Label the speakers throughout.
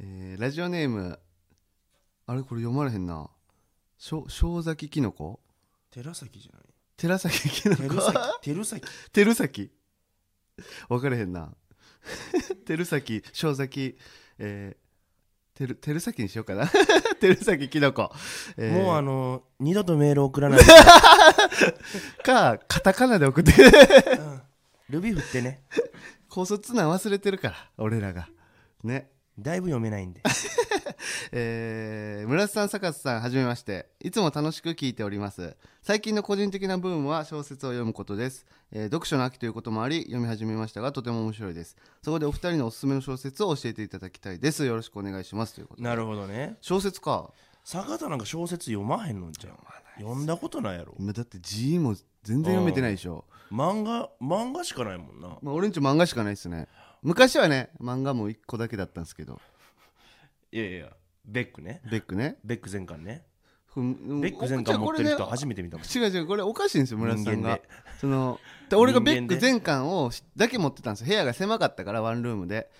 Speaker 1: えーラジオネームあれこれ読まれへんなしょ正崎きのこ
Speaker 2: 寺崎じゃない
Speaker 1: 寺崎きの
Speaker 2: 寺
Speaker 1: こ
Speaker 2: 崎
Speaker 1: 照
Speaker 2: 寺崎
Speaker 1: 崎分かれへんな 照崎正崎えー、てる照崎にしようかな 照崎きのこ、えー
Speaker 2: もうあの二度とメール送らない、
Speaker 1: かカタカナで送って
Speaker 2: うんルビー振ってね
Speaker 1: 高卒なん忘れてるから俺らがね
Speaker 2: だいぶ読めないんで
Speaker 1: えー、村瀬さん坂津さんはじめましていつも楽しく聞いております最近の個人的なブームは小説を読むことです、えー読書の秋ということもあり読み始めましたがとても面白いですそこでお二人のおすすめの小説を教えていただきたいですよろしくお願いしますということで
Speaker 2: なるほどね
Speaker 1: 小説か
Speaker 2: 坂田なんか小説読まへんのじゃん読んだことないやろ
Speaker 1: だって字も全然読めてないでしょ、
Speaker 2: 漫画漫画しかないもんな
Speaker 1: まあ、俺んち漫画しかないですね昔はね漫画も1個だけだったんですけど
Speaker 2: いやいやベックね
Speaker 1: ベックね
Speaker 2: ベック全巻ね
Speaker 1: ベ
Speaker 2: ベック全巻持ってる人
Speaker 1: ね
Speaker 2: 初めて見たもん
Speaker 1: 違う違うこれおかしいんですよ村田さん
Speaker 2: 人間
Speaker 1: が
Speaker 2: で
Speaker 1: そので俺がベッ
Speaker 2: 人間
Speaker 1: ク
Speaker 2: で
Speaker 1: 全巻をしだけ持ってたんですよ部屋が狭かったからワンルームで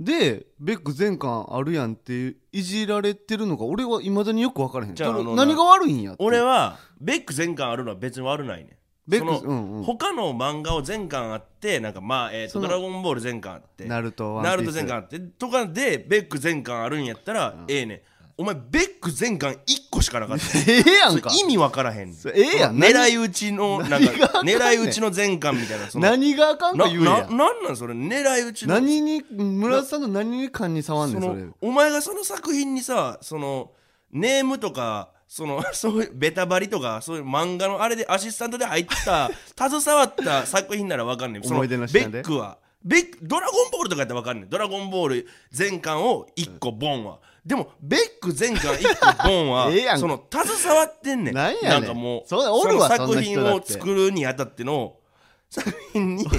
Speaker 1: でベック全巻あるやんっていじられてるのが俺はいまだによく分からへん
Speaker 2: じゃあ
Speaker 1: どれ
Speaker 2: あのな
Speaker 1: 何が悪いんやって
Speaker 2: 俺はベック全巻あるのは別に悪ないねん
Speaker 1: ベッ
Speaker 2: そ
Speaker 1: ク
Speaker 2: の
Speaker 1: うんうん
Speaker 2: 他の漫画を全巻あってなんかまあえー
Speaker 1: そ
Speaker 2: と「
Speaker 1: の
Speaker 2: ドラゴンボール」全巻あって
Speaker 1: ナルトワンピース
Speaker 2: ナルト全巻あってとかでベック全巻あるんやったら、ええねんお前ベック全巻1個しかなかった
Speaker 1: ええやんか
Speaker 2: それ意味わからへんねん
Speaker 1: それええやん何
Speaker 2: 狙い撃ちのなんか
Speaker 1: 何があかんねん
Speaker 2: 狙い撃ちの全巻みたいなその
Speaker 1: 何があかんか
Speaker 2: な
Speaker 1: 言うや
Speaker 2: なんなんなんそれ狙い撃ちの
Speaker 1: 何に村田さんの何に感に触んね
Speaker 2: そ
Speaker 1: んそ
Speaker 2: の
Speaker 1: れ
Speaker 2: お前がその作品にさそのネームとかその そういうベタバリとかそういう漫画のあれでアシスタントで入った 携わった作品ならわかんねんそ
Speaker 1: 思い出の
Speaker 2: ベ
Speaker 1: 品で
Speaker 2: ックはベックドラゴンボールとかやったらわかんねんドラゴンボール全巻を1個ボンは、でもベック全巻1個ボンは
Speaker 1: ええやん
Speaker 2: その携わってんねん
Speaker 1: なんやねん
Speaker 2: かもう
Speaker 1: そんなおるわ
Speaker 2: の
Speaker 1: そんな
Speaker 2: 作
Speaker 1: 人
Speaker 2: 品
Speaker 1: だっ
Speaker 2: を
Speaker 1: て
Speaker 2: 作るにあたっての作品に 携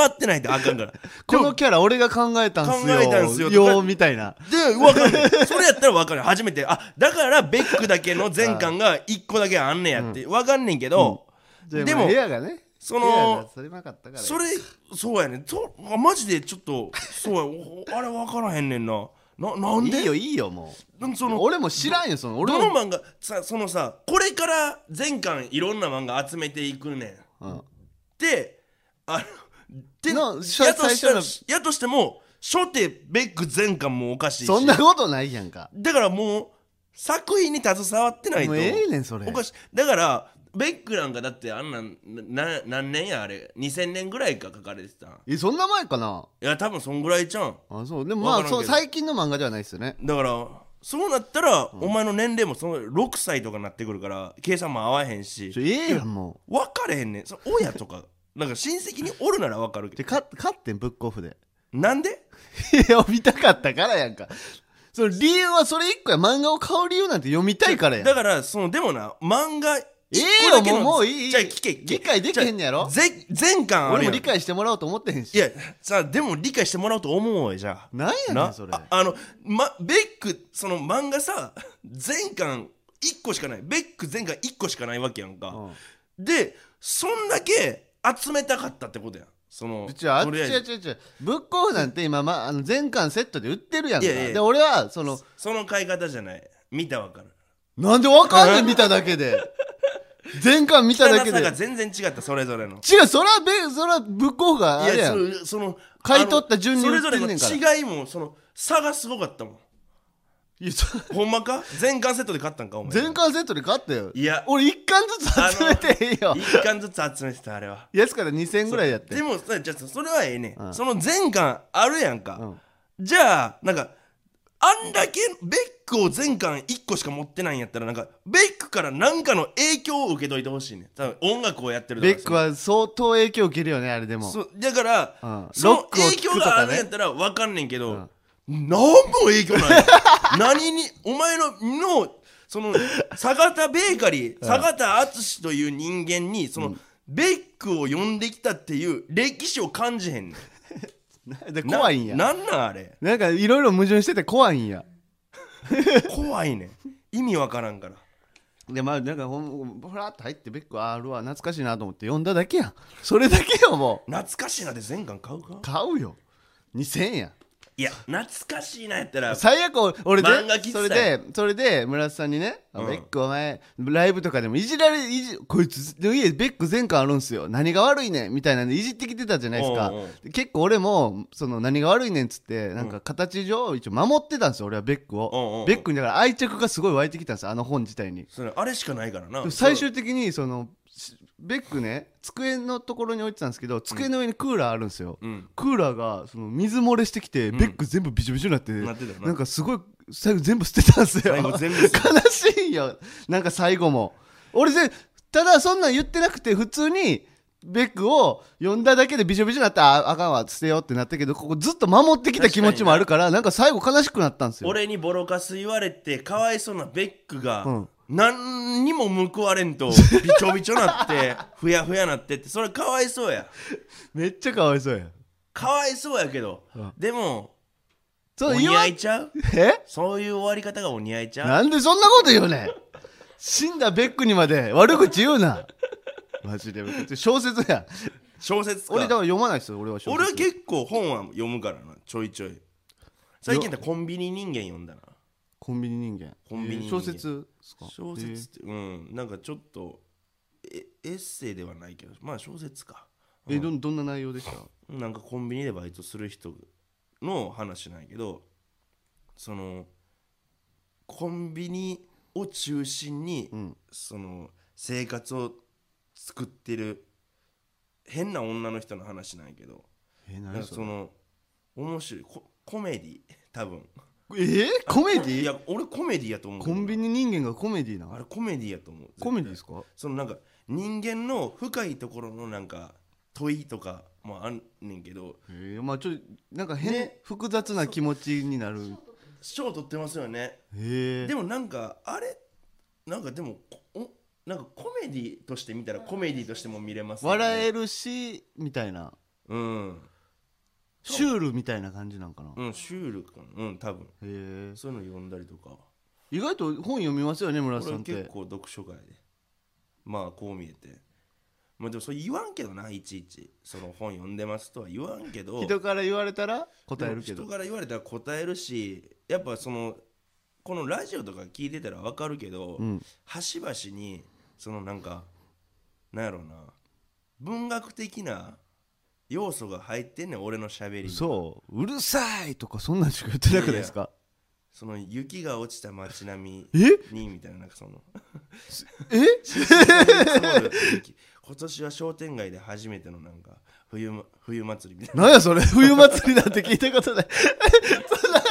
Speaker 2: わってないとあかんから
Speaker 1: このキャラ俺が考えたんすよ
Speaker 2: 考えたんすよ
Speaker 1: ようみたいな
Speaker 2: で、わかんない。 それやったらわかんない。初めて、あ、だからベックだけの全巻が1個だけあんねやって、わかんねんけど、
Speaker 1: で
Speaker 2: で
Speaker 1: も
Speaker 2: も
Speaker 1: 部屋がね
Speaker 2: そ
Speaker 1: 部屋
Speaker 2: の
Speaker 1: が、狭かったから
Speaker 2: それ、そうやねん。とあマジでちょっと、そうや お、あれわからへんねんな。な、なんで
Speaker 1: いいよいいよも
Speaker 2: なんそうの、
Speaker 1: 俺も知らんよその俺
Speaker 2: どの
Speaker 1: も
Speaker 2: 漫画、さ、そのさ、これから全巻いろんな漫画集めていくねん。
Speaker 1: うん
Speaker 2: で、あの、で、
Speaker 1: な
Speaker 2: やとした
Speaker 1: 最
Speaker 2: ら
Speaker 1: 初、
Speaker 2: やとしても、初手ベック全巻もおかしいし。
Speaker 1: そんなことないやんか
Speaker 2: だからもう作品に携わってない
Speaker 1: も
Speaker 2: と
Speaker 1: うええねんそれ
Speaker 2: おかしいだからベックなんかだってあんなんなな何年やあれ2000年ぐらいか書かれてたんい
Speaker 1: えそんな前かな
Speaker 2: や多分そんぐらいちゃうん
Speaker 1: あそうでもま
Speaker 2: わ
Speaker 1: あ
Speaker 2: からん
Speaker 1: そ
Speaker 2: けど
Speaker 1: う最近の漫画ではないですよね
Speaker 2: だからそうなったら、お前の年齢もその6歳とかになってくるから計算も合わへんし
Speaker 1: ちょええやんも
Speaker 2: 分かれへんねんそ親とかなんか親戚におるなら分かる
Speaker 1: うで
Speaker 2: けど
Speaker 1: か勝ってんブックオフ で
Speaker 2: なんで
Speaker 1: いや見たかったからやんかその理由はそれ一個や漫画を買う理由なんて読みたいからやん
Speaker 2: だからそのでもな漫画
Speaker 1: ええ
Speaker 2: 一個だけ
Speaker 1: よ
Speaker 2: の
Speaker 1: もうもういい
Speaker 2: じゃあ聞け聞け
Speaker 1: 理解できへんねやろ
Speaker 2: じゃあぜ全巻ある
Speaker 1: 俺
Speaker 2: や
Speaker 1: も
Speaker 2: ん
Speaker 1: 理解してもらおうと思ってへんし
Speaker 2: いやさあでも理解してもらおうと思うよじゃあ
Speaker 1: なんやねん
Speaker 2: な
Speaker 1: それ
Speaker 2: ああの、ま、ベックその漫画さ全巻1個しかないベック全巻1個しかないわけやんか、
Speaker 1: う
Speaker 2: でそんだけ集めたかったってことやんその
Speaker 1: んちはあっ
Speaker 2: と
Speaker 1: ち
Speaker 2: りあえず
Speaker 1: やちやちやブックオフなんて今まあの全巻セットで売ってるやんか
Speaker 2: いやいやいや
Speaker 1: で俺はその
Speaker 2: その買い方じゃない見たわかる
Speaker 1: なんでわかんねん見ただけで全巻見ただ
Speaker 2: 汚
Speaker 1: け
Speaker 2: さ
Speaker 1: で
Speaker 2: が全然違ったそれぞれの
Speaker 1: 違うそらべそらブックオフがあれやん
Speaker 2: そその
Speaker 1: 買い取った順に
Speaker 2: あ
Speaker 1: 売
Speaker 2: の
Speaker 1: って
Speaker 2: それ
Speaker 1: ん
Speaker 2: ぞ
Speaker 1: ねんから
Speaker 2: れの違いもその差がすごかったもん
Speaker 1: いやそ
Speaker 2: ほんまか全巻セットで買ったんかお前
Speaker 1: 全巻セットで買ったよ
Speaker 2: いや
Speaker 1: 俺一巻ずつ集めてへんよ
Speaker 2: 1巻ずつ集めてたあれは
Speaker 1: 安から2000ぐらいやって
Speaker 2: でもさじゃあそれはええね、
Speaker 1: うん
Speaker 2: ん、その全巻あるやんか、
Speaker 1: うん
Speaker 2: じゃあなんかあんだけベックを全巻1個しか持ってないんやったらなんかベックから何かの影響を受けといてほしいねん多分音楽をやってると
Speaker 1: ベ
Speaker 2: か
Speaker 1: ックは相当影響受けるよねあれでも
Speaker 2: そうだから、
Speaker 1: うん
Speaker 2: その
Speaker 1: ロックを
Speaker 2: 影
Speaker 1: 聞
Speaker 2: 響
Speaker 1: くとかね
Speaker 2: があるんやったら分かんねんけど、何も影響ない 何にお前ののその坂田ベーカリー坂田敦という人間にその、ベックを呼んできたっていう歴史を感じへんねん
Speaker 1: で
Speaker 2: な
Speaker 1: 怖いんやな
Speaker 2: なんなんあれ
Speaker 1: んかいろいろ矛盾してて怖いんや
Speaker 2: 怖いねん意味わからんから
Speaker 1: でまあなんかほんふらっと入ってベックあるわ懐かしいなと思って読んだだけやんそれだけよもう
Speaker 2: 懐かしいなで全巻買うか
Speaker 1: 買うよ2000円や
Speaker 2: いや懐かしいなやったら
Speaker 1: 最悪俺俺
Speaker 2: 漫画喫
Speaker 1: で
Speaker 2: 茶
Speaker 1: それでそれで村田さんにね「あ
Speaker 2: うん
Speaker 1: ベックお前ライブとかでもいじられいじこいつの家ベック全巻あるんすよ何が悪いねん」みたいなんでいじってきてたじゃないですか
Speaker 2: うんうん
Speaker 1: で結構俺もその何が悪いねんっつってなんか形上一応守ってたんですよ俺はベック
Speaker 2: うんうんう
Speaker 1: を
Speaker 2: ん
Speaker 1: ベックにだから愛着がすごい湧いてきたんですよあの本自体に
Speaker 2: それあれしかないからな
Speaker 1: 最終的にそのしベックね机のところに置いてたんですけど机の上にクーラーあるんですよ、
Speaker 2: うん
Speaker 1: クーラーがその水漏れしてきて、
Speaker 2: ん
Speaker 1: ベック全部びしょびしょになって
Speaker 2: なってたよなん
Speaker 1: かすごい最後全部捨てたんですよ
Speaker 2: 最後全部捨て
Speaker 1: 悲しいよなんか最後も俺ぜただそんなん言ってなくて普通にベックを呼んだだけでびしょびしょになってああかんわ捨てようってなったけどここずっと守ってきた気持ちもあるからなんか最後悲しくなったんですよ
Speaker 2: 俺にボロカス言われてかわいそうなベックが、
Speaker 1: うん
Speaker 2: 何にも報われんとびちょびちょ なってふやふやなってってそれかわいそうや
Speaker 1: めっちゃかわいそうやん
Speaker 2: かわいそうやけど、
Speaker 1: うん
Speaker 2: でも
Speaker 1: そ
Speaker 2: お
Speaker 1: う
Speaker 2: 似
Speaker 1: 言
Speaker 2: 合
Speaker 1: わ
Speaker 2: いちゃう
Speaker 1: え
Speaker 2: そういう終わり方がお似合いちゃう
Speaker 1: なんでそんなこと言うねん死んだベックにまで悪口言うなマジで小説や
Speaker 2: 小説か
Speaker 1: 俺だから読まないですよ俺は小説
Speaker 2: 俺は結構本は読むからなちょいちょい最近だコンビニ人間読んだな
Speaker 1: コンビニ人間
Speaker 2: コンビニ
Speaker 1: えー
Speaker 2: 人間
Speaker 1: 小説ですか
Speaker 2: 小説って、うんなんかちょっとえエッセイではないけどまあ小説か
Speaker 1: えーえーどんどんな内容でした
Speaker 2: なんかコンビニでバイトする人の話なんやけどそのコンビニを中心に、
Speaker 1: うん
Speaker 2: その生活を作ってる変な女の人の話なんやけど
Speaker 1: えー、
Speaker 2: なん
Speaker 1: 何
Speaker 2: か
Speaker 1: そ
Speaker 2: そ
Speaker 1: れ
Speaker 2: の面白いココメディ多分
Speaker 1: えー、コメデ
Speaker 2: い
Speaker 1: ィ
Speaker 2: や俺コメディやと思うけ
Speaker 1: コ
Speaker 2: どな
Speaker 1: ンビニ人間がコメディな
Speaker 2: あれコメディやと思う
Speaker 1: コメディですか
Speaker 2: そのなんか人間の深いところのなんか問いとかもあんねんけど
Speaker 1: えー、まあちょっとなんか変、
Speaker 2: ね
Speaker 1: 複雑な気持ちになる
Speaker 2: 賞取ってますよね
Speaker 1: えー、
Speaker 2: でもなんかあれなんかでもおなんかコメディとして見たらコメディとしても見れますよね
Speaker 1: 笑えるしみたいな
Speaker 2: うん、
Speaker 1: シュールみたいな感じなんかな、
Speaker 2: うん、シュールかなうん多分
Speaker 1: へえ
Speaker 2: そういうの読んだりとか
Speaker 1: 意外と本読みますよね村瀬さん
Speaker 2: 俺
Speaker 1: っ
Speaker 2: は
Speaker 1: て
Speaker 2: 結構読書会でまあこう見えてまあでもそれ言わんけどないちいちその本読んでますとは言わんけど
Speaker 1: 人から言われたら答えるけ
Speaker 2: で
Speaker 1: ど
Speaker 2: も人から言われたら答えるしやっぱそのこのラジオとか聞いてたら分かるけど、
Speaker 1: うん
Speaker 2: 端々にそのなんかなんやろうな文学的な要素が入ってんねん俺のしゃべりに
Speaker 1: そううるさいとかそんなんしか言ってなくないですか
Speaker 2: その雪が落ちた街並
Speaker 1: え
Speaker 2: みにみたいななんかそ の
Speaker 1: え
Speaker 2: 今年は商店街で初めてのなんか冬ま冬祭りみたいな
Speaker 1: なんやそれ冬祭りなんて聞いたことない そんな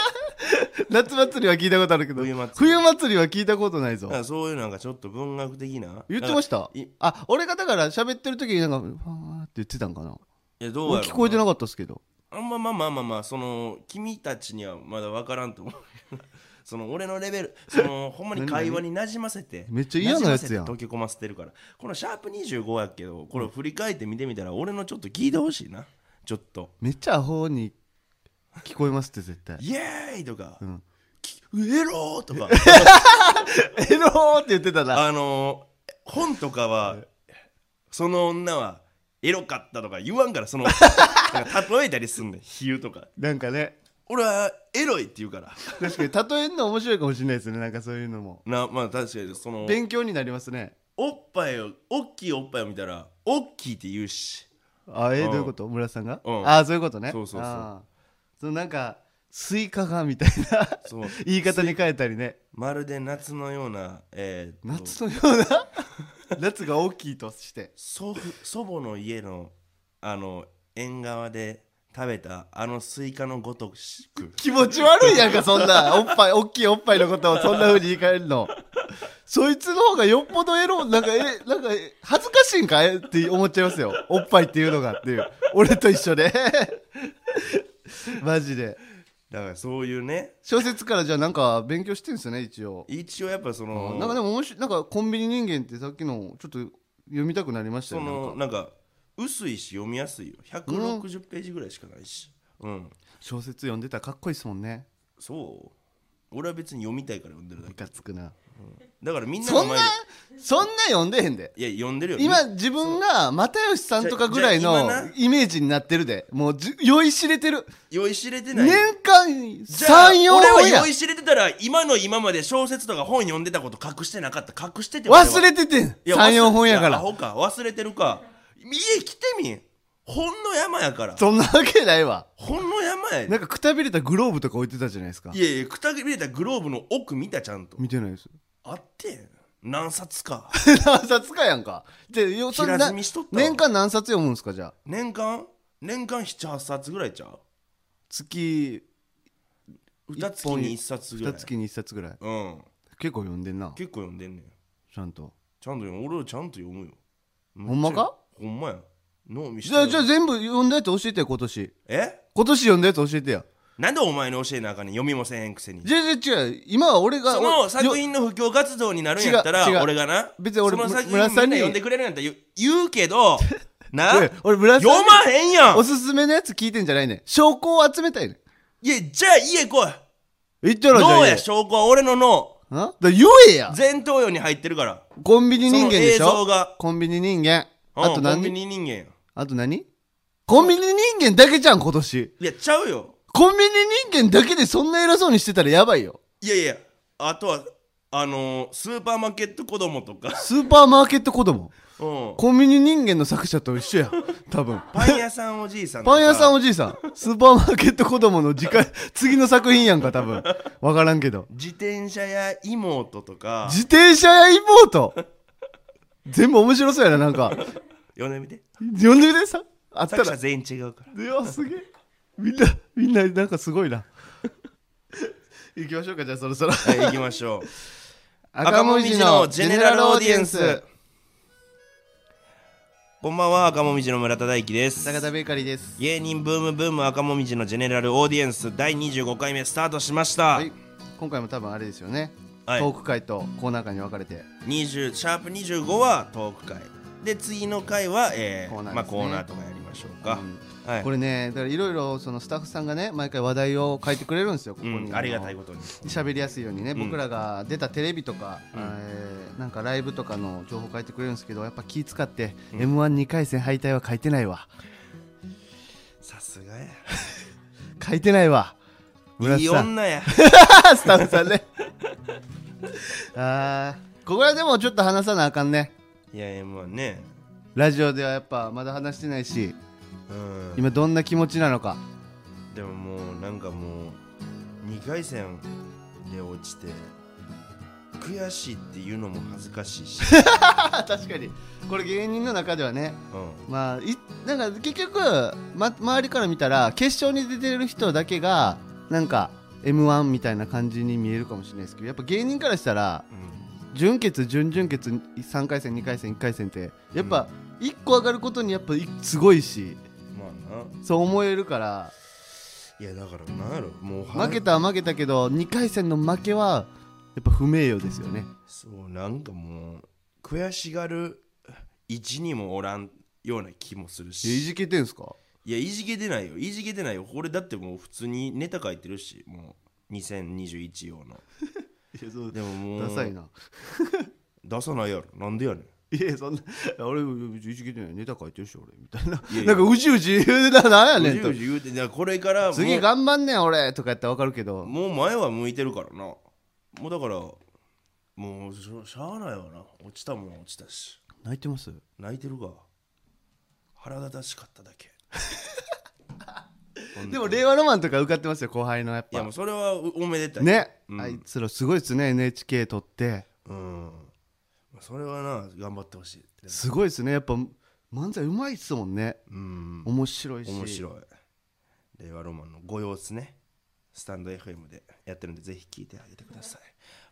Speaker 1: 夏祭りは聞いたことあるけど
Speaker 2: 冬祭り
Speaker 1: 冬祭りは聞いたことないぞ
Speaker 2: なんかそういうなんかちょっと文学的な
Speaker 1: 言ってました
Speaker 2: い
Speaker 1: あ俺がだから喋ってる時になんかファーって言ってたんかない
Speaker 2: やどうやろ
Speaker 1: 俺
Speaker 2: う
Speaker 1: 聞こえてなかったっすけど
Speaker 2: あんままあまあまあまあその君たちにはまだ分からんと思う その俺のレベルそのほんまに会話になじませて
Speaker 1: めっちゃ嫌なやつやん
Speaker 2: 馴染ませて溶け込ませてるからこのシャープ25やけどこれ振り返って見てみたら俺のちょっと聞いてほしいなちょっと
Speaker 1: めっちゃアホに聞こえますって絶対
Speaker 2: 「 イエーイ!」とか
Speaker 1: ん
Speaker 2: 「きエロー!」とか
Speaker 1: エローって言ってたな
Speaker 2: あのー本とかはその女はエロかったとか言わんからそのなんか例えたりすんねん比喩とか
Speaker 1: なんかね
Speaker 2: 俺はエロいって言うから
Speaker 1: 確かに例えんの面白いかもしれないですねなんかそういうのも
Speaker 2: なまあ確かにその
Speaker 1: 勉強になりますね
Speaker 2: おっぱいをおっきいおっぱいを見たらおっきいって言うし
Speaker 1: あえー
Speaker 2: うん
Speaker 1: どういうこと村田さんが、
Speaker 2: うん
Speaker 1: ああそういうことね
Speaker 2: そうそうそう
Speaker 1: あーそのなんかスイカがみたいな
Speaker 2: そう
Speaker 1: 言い方に変えたりね
Speaker 2: まるで夏のような、えーっと
Speaker 1: 夏のよう な夏が大きいとして
Speaker 2: 祖父祖母の家のあの縁側で食べたあのスイカのごとしく
Speaker 1: 気持ち悪いやんかそんなおっぱい大きいおっぱいのことをそんな風に言い換えるのそいつの方がよっぽどエロなんかえなんかえ恥ずかしいんかえって思っちゃいますよおっぱいっていうのがっていう俺と一緒 でマジで
Speaker 2: だからそういうね
Speaker 1: 小説からじゃあなんか勉強してんすよね一応
Speaker 2: 一応やっぱその
Speaker 1: なんかでも面白いなんかコンビニ人間ってさっきのちょっと読みたくなりました
Speaker 2: そ
Speaker 1: よね
Speaker 2: の
Speaker 1: なんか
Speaker 2: なんか薄いし読みやすいよ160ページぐらいしかないしうん
Speaker 1: 小説読んでたらかっこいいですもんね
Speaker 2: そう俺は別に読みたいから読んでるだ
Speaker 1: ム
Speaker 2: け
Speaker 1: カつくな
Speaker 2: だからみんな
Speaker 1: そ
Speaker 2: の
Speaker 1: んな
Speaker 2: 前で
Speaker 1: そんな読んでへんで
Speaker 2: いや読んでるよ
Speaker 1: 今自分が又吉さんとかぐらい
Speaker 2: じゃじゃ
Speaker 1: の
Speaker 2: 今な
Speaker 1: イメージになってるでもうじ酔いしれてる
Speaker 2: 酔いしれてない
Speaker 1: 年間3
Speaker 2: じゃあ
Speaker 1: 三4
Speaker 2: 俺は
Speaker 1: 本や
Speaker 2: 酔いしれてたら今の今まで小説とか本読んでたこと隠してなかった隠してて俺は
Speaker 1: 忘れててん
Speaker 2: いや
Speaker 1: 34本やか
Speaker 2: いア
Speaker 1: ら
Speaker 2: ホか忘れてるか家来てみんほんの山やから
Speaker 1: そんなわけないわ
Speaker 2: ほんの山や
Speaker 1: な
Speaker 2: で
Speaker 1: んかくたびれたグローブとか置いてたじゃないですか
Speaker 2: いやいやくたびれたグローブの奥見たちゃんと
Speaker 1: 見てないです
Speaker 2: あって何冊か
Speaker 1: 何冊かやんかでよ それ
Speaker 2: 平
Speaker 1: な
Speaker 2: 積みしとったわ
Speaker 1: 年間何冊読むんですかじゃあ
Speaker 2: 年間年間78冊ぐらいちゃう
Speaker 1: 月
Speaker 2: 二月に1冊ぐら
Speaker 1: 2
Speaker 2: い
Speaker 1: 月に1冊ぐらい
Speaker 2: うん
Speaker 1: 結構読んでんな
Speaker 2: 結構読んでんねん
Speaker 1: ちゃんと
Speaker 2: ちゃんと読む俺はちゃんと読むよほ
Speaker 1: んまか
Speaker 2: ほんまや脳み
Speaker 1: じゃあじゃあ全部読んだやつ教えてよ今年
Speaker 2: え
Speaker 1: 今年読んだやつ教えてよ
Speaker 2: なんでお前の教えなあかんねん読みもせへんくせに
Speaker 1: じゃあじゃあ違う今は俺が
Speaker 2: その
Speaker 1: 俺
Speaker 2: 作
Speaker 1: よ
Speaker 2: 品の布教活動になるんやったら
Speaker 1: 違う違う
Speaker 2: 俺がな
Speaker 1: 別に俺
Speaker 2: その作品みん
Speaker 1: 村
Speaker 2: な
Speaker 1: 田さんに
Speaker 2: 読んでくれるんやったら言う言う けどな
Speaker 1: おい俺村
Speaker 2: 読
Speaker 1: さんに
Speaker 2: まへんやん
Speaker 1: おすすめのやつ聞いてんじゃないねん証拠を集めたいねん
Speaker 2: いやじゃあ家来い
Speaker 1: 言ったらじゃあい
Speaker 2: 脳
Speaker 1: いよ
Speaker 2: や証拠は俺の脳
Speaker 1: んだから言えや
Speaker 2: 前頭葉に入ってるから
Speaker 1: コンビニ
Speaker 2: そ
Speaker 1: 人間
Speaker 2: の
Speaker 1: で
Speaker 2: 映
Speaker 1: しょ
Speaker 2: 像が
Speaker 1: コンビニ人間
Speaker 2: うん
Speaker 1: あと
Speaker 2: コンビ
Speaker 1: 何
Speaker 2: ニ人間や
Speaker 1: あと何コンビニ人間だけじゃん今年
Speaker 2: いやちゃうよ
Speaker 1: コンビニ人間だけでそんな偉そうにしてたらやばいよ
Speaker 2: いやいやあとはあのー、スーパーマーケット子供 とか
Speaker 1: スーパーマーケット子供
Speaker 2: うん
Speaker 1: コンビニ人間の作者と一緒や多分
Speaker 2: パン屋さんおじいさんとか
Speaker 1: パン屋さんおじいさんスーパーマーケット子供の次回 次の作品やんか多分わからんけど
Speaker 2: 自転車や妹とか
Speaker 1: 自転車や妹全部面白そうやななんか
Speaker 2: 読んでみて
Speaker 1: 呼んでみてさあった
Speaker 2: 作
Speaker 1: ら
Speaker 2: 者全員違うから
Speaker 1: いやすげえみんなみんななんかすごいな行きましょうかじゃあそろそろ
Speaker 2: はい行きましょ うもみじこんばんは赤もみじの村田大樹です
Speaker 1: 坂田ベーカリーです
Speaker 2: 芸人ブームブーム赤もみじのジェネラルオーディエンス第25回目スタートしました、
Speaker 1: はい今回も多分あれですよね、
Speaker 2: はい
Speaker 1: トーク会とコーナー会に分かれて
Speaker 2: 20シャープ25はトーク会で次の回は、えー
Speaker 1: コーナーですね
Speaker 2: まあ、コーナーとかやりましょうか、はい
Speaker 1: これねだからいろいろそのスタッフさんがね毎回話題を書いてくれるんですよここに、
Speaker 2: うん、ありがたいことに
Speaker 1: 喋りやすいようにね、
Speaker 2: ん
Speaker 1: 僕らが出たテレビとか、
Speaker 2: うん
Speaker 1: えーなんかライブとかの情報書いてくれるんですけどやっぱ気使って、m 1 2回戦敗退は書いてないわ
Speaker 2: さすがや
Speaker 1: 書いてないわ村
Speaker 2: い
Speaker 1: 瀬
Speaker 2: い
Speaker 1: さん
Speaker 2: 女や
Speaker 1: スタッフさんねあーここはでもちょっと話さなあかんね
Speaker 2: いや m 1ね
Speaker 1: ラジオではやっぱまだ話してないし
Speaker 2: うん
Speaker 1: 今どんな気持ちなの か
Speaker 2: でももうなんかもう2回戦で落ちて悔しいっていうのも恥ずかし いし、
Speaker 1: あ確かにこれ芸人の中ではね
Speaker 2: う
Speaker 1: まあいなんか結局、ま、周りから見たら決勝に出てる人だけがなんか m 1みたいな感じに見えるかもしれないですけどやっぱ芸人からしたら
Speaker 2: んうん、
Speaker 1: 準決準々決3回戦2回戦1回戦ってやっぱ1個上がることにやっぱいすごいし
Speaker 2: まあな
Speaker 1: そう思えるから
Speaker 2: いやだからなんやろもうは
Speaker 1: 負けたは負けたけど2回戦の負けはやっぱ不名誉ですよね
Speaker 2: そうなんかもう悔しがる位置にもおらんような気もする
Speaker 1: い
Speaker 2: し
Speaker 1: じけてんすか
Speaker 2: いやいじけてないよいじけてないよこれだってもう普通にネタ書いてるしもう2021用の
Speaker 1: いやそう
Speaker 2: でもも
Speaker 1: ダ
Speaker 2: う
Speaker 1: サいな
Speaker 2: 出さないやろなんでやねん
Speaker 1: いやそんな 俺別にいじけてないネタ書いてるし俺みたいない
Speaker 2: やいや
Speaker 1: なんかうじうじ言うななんやねん
Speaker 2: う
Speaker 1: と
Speaker 2: じうじ言うていやこれからもう
Speaker 1: 次頑張んねん俺とかやったらわかるけど
Speaker 2: もう前は向いてるからなもうだからもうしょしゃあないわな落ちたもん落ちたし
Speaker 1: 泣いてます
Speaker 2: 泣いてるが腹立たしかっただけ
Speaker 1: でも令和ロマンとか受かってますよ後輩のやっ
Speaker 2: いや
Speaker 1: ぱ
Speaker 2: もうそれはおおめでたい
Speaker 1: ね、
Speaker 2: うん
Speaker 1: あいつらすごいっすね NHK 撮って
Speaker 2: うんそれはな頑張ってほしい
Speaker 1: すごいっすねやっぱ漫才うまいっすもんね
Speaker 2: うん
Speaker 1: 面白いし
Speaker 2: 面白い令和ロマンのご様子ねスタンド FM でやってるんでぜひ聞いてあげてください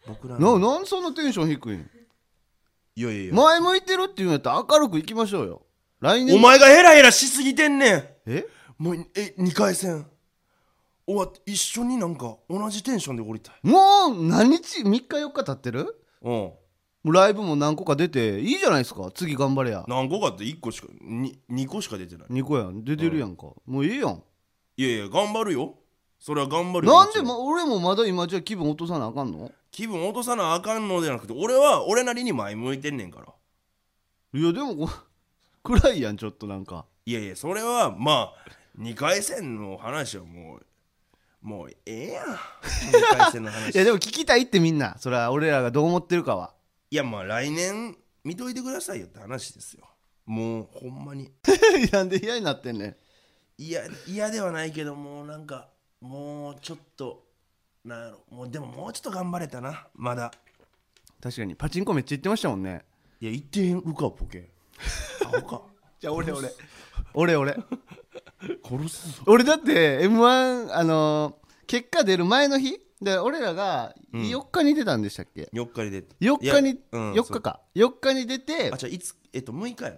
Speaker 2: 僕ら
Speaker 1: な
Speaker 2: の
Speaker 1: なんでそんなテンション低いん
Speaker 2: いやいやいや、
Speaker 1: 前向いてるっていうんやったら明るくいきましょうよ来年
Speaker 2: お前がヘラヘラしすぎてんねん
Speaker 1: え
Speaker 2: もうえ2回戦終わって一緒になんか同じテンションで降りたい
Speaker 1: もう何日3日4日経ってる
Speaker 2: うん
Speaker 1: もうライブも何個か出ていいじゃないですか次頑張れや
Speaker 2: 何個かって1個しか 2, 2個しか出てない
Speaker 1: 2個やん出てるやんか、もういいやん
Speaker 2: いやいや頑張るよそれは頑張るよ
Speaker 1: なんで、
Speaker 2: もちろ
Speaker 1: ま、俺もまだ今じゃあ気分落とさなあかんの
Speaker 2: 気分落とさなあかんのじゃなくて俺は俺なりに前向いてんねんから
Speaker 1: いやでもこ 暗いやんちょっとなんか
Speaker 2: いやいやそれはまあ2回戦の話はもうもうええやん新幹線の話
Speaker 1: いやでも聞きたいってみんなそれは俺らがどう思ってるか はい
Speaker 2: やまあ来年見といてくださいよって話ですよもうほんまに
Speaker 1: なんで嫌になってんねん
Speaker 2: いや嫌ではないけどもうなんかもうちょっとなんやろもうでももうちょっと頑張れたなまだ
Speaker 1: 確かにパチンコめっちゃ行ってましたもんね
Speaker 2: いや言ってへんるかボケアホか
Speaker 1: じゃあ俺俺 俺俺
Speaker 2: 殺すぞ
Speaker 1: 俺だって m 1あのー結果出る前の日で俺らが4日に出たんでしたっけ、
Speaker 2: 4日に出て
Speaker 1: 4日
Speaker 2: い
Speaker 1: に、
Speaker 2: やうん
Speaker 1: 4日か4日に出て
Speaker 2: そうあじゃあいつえっと6日やな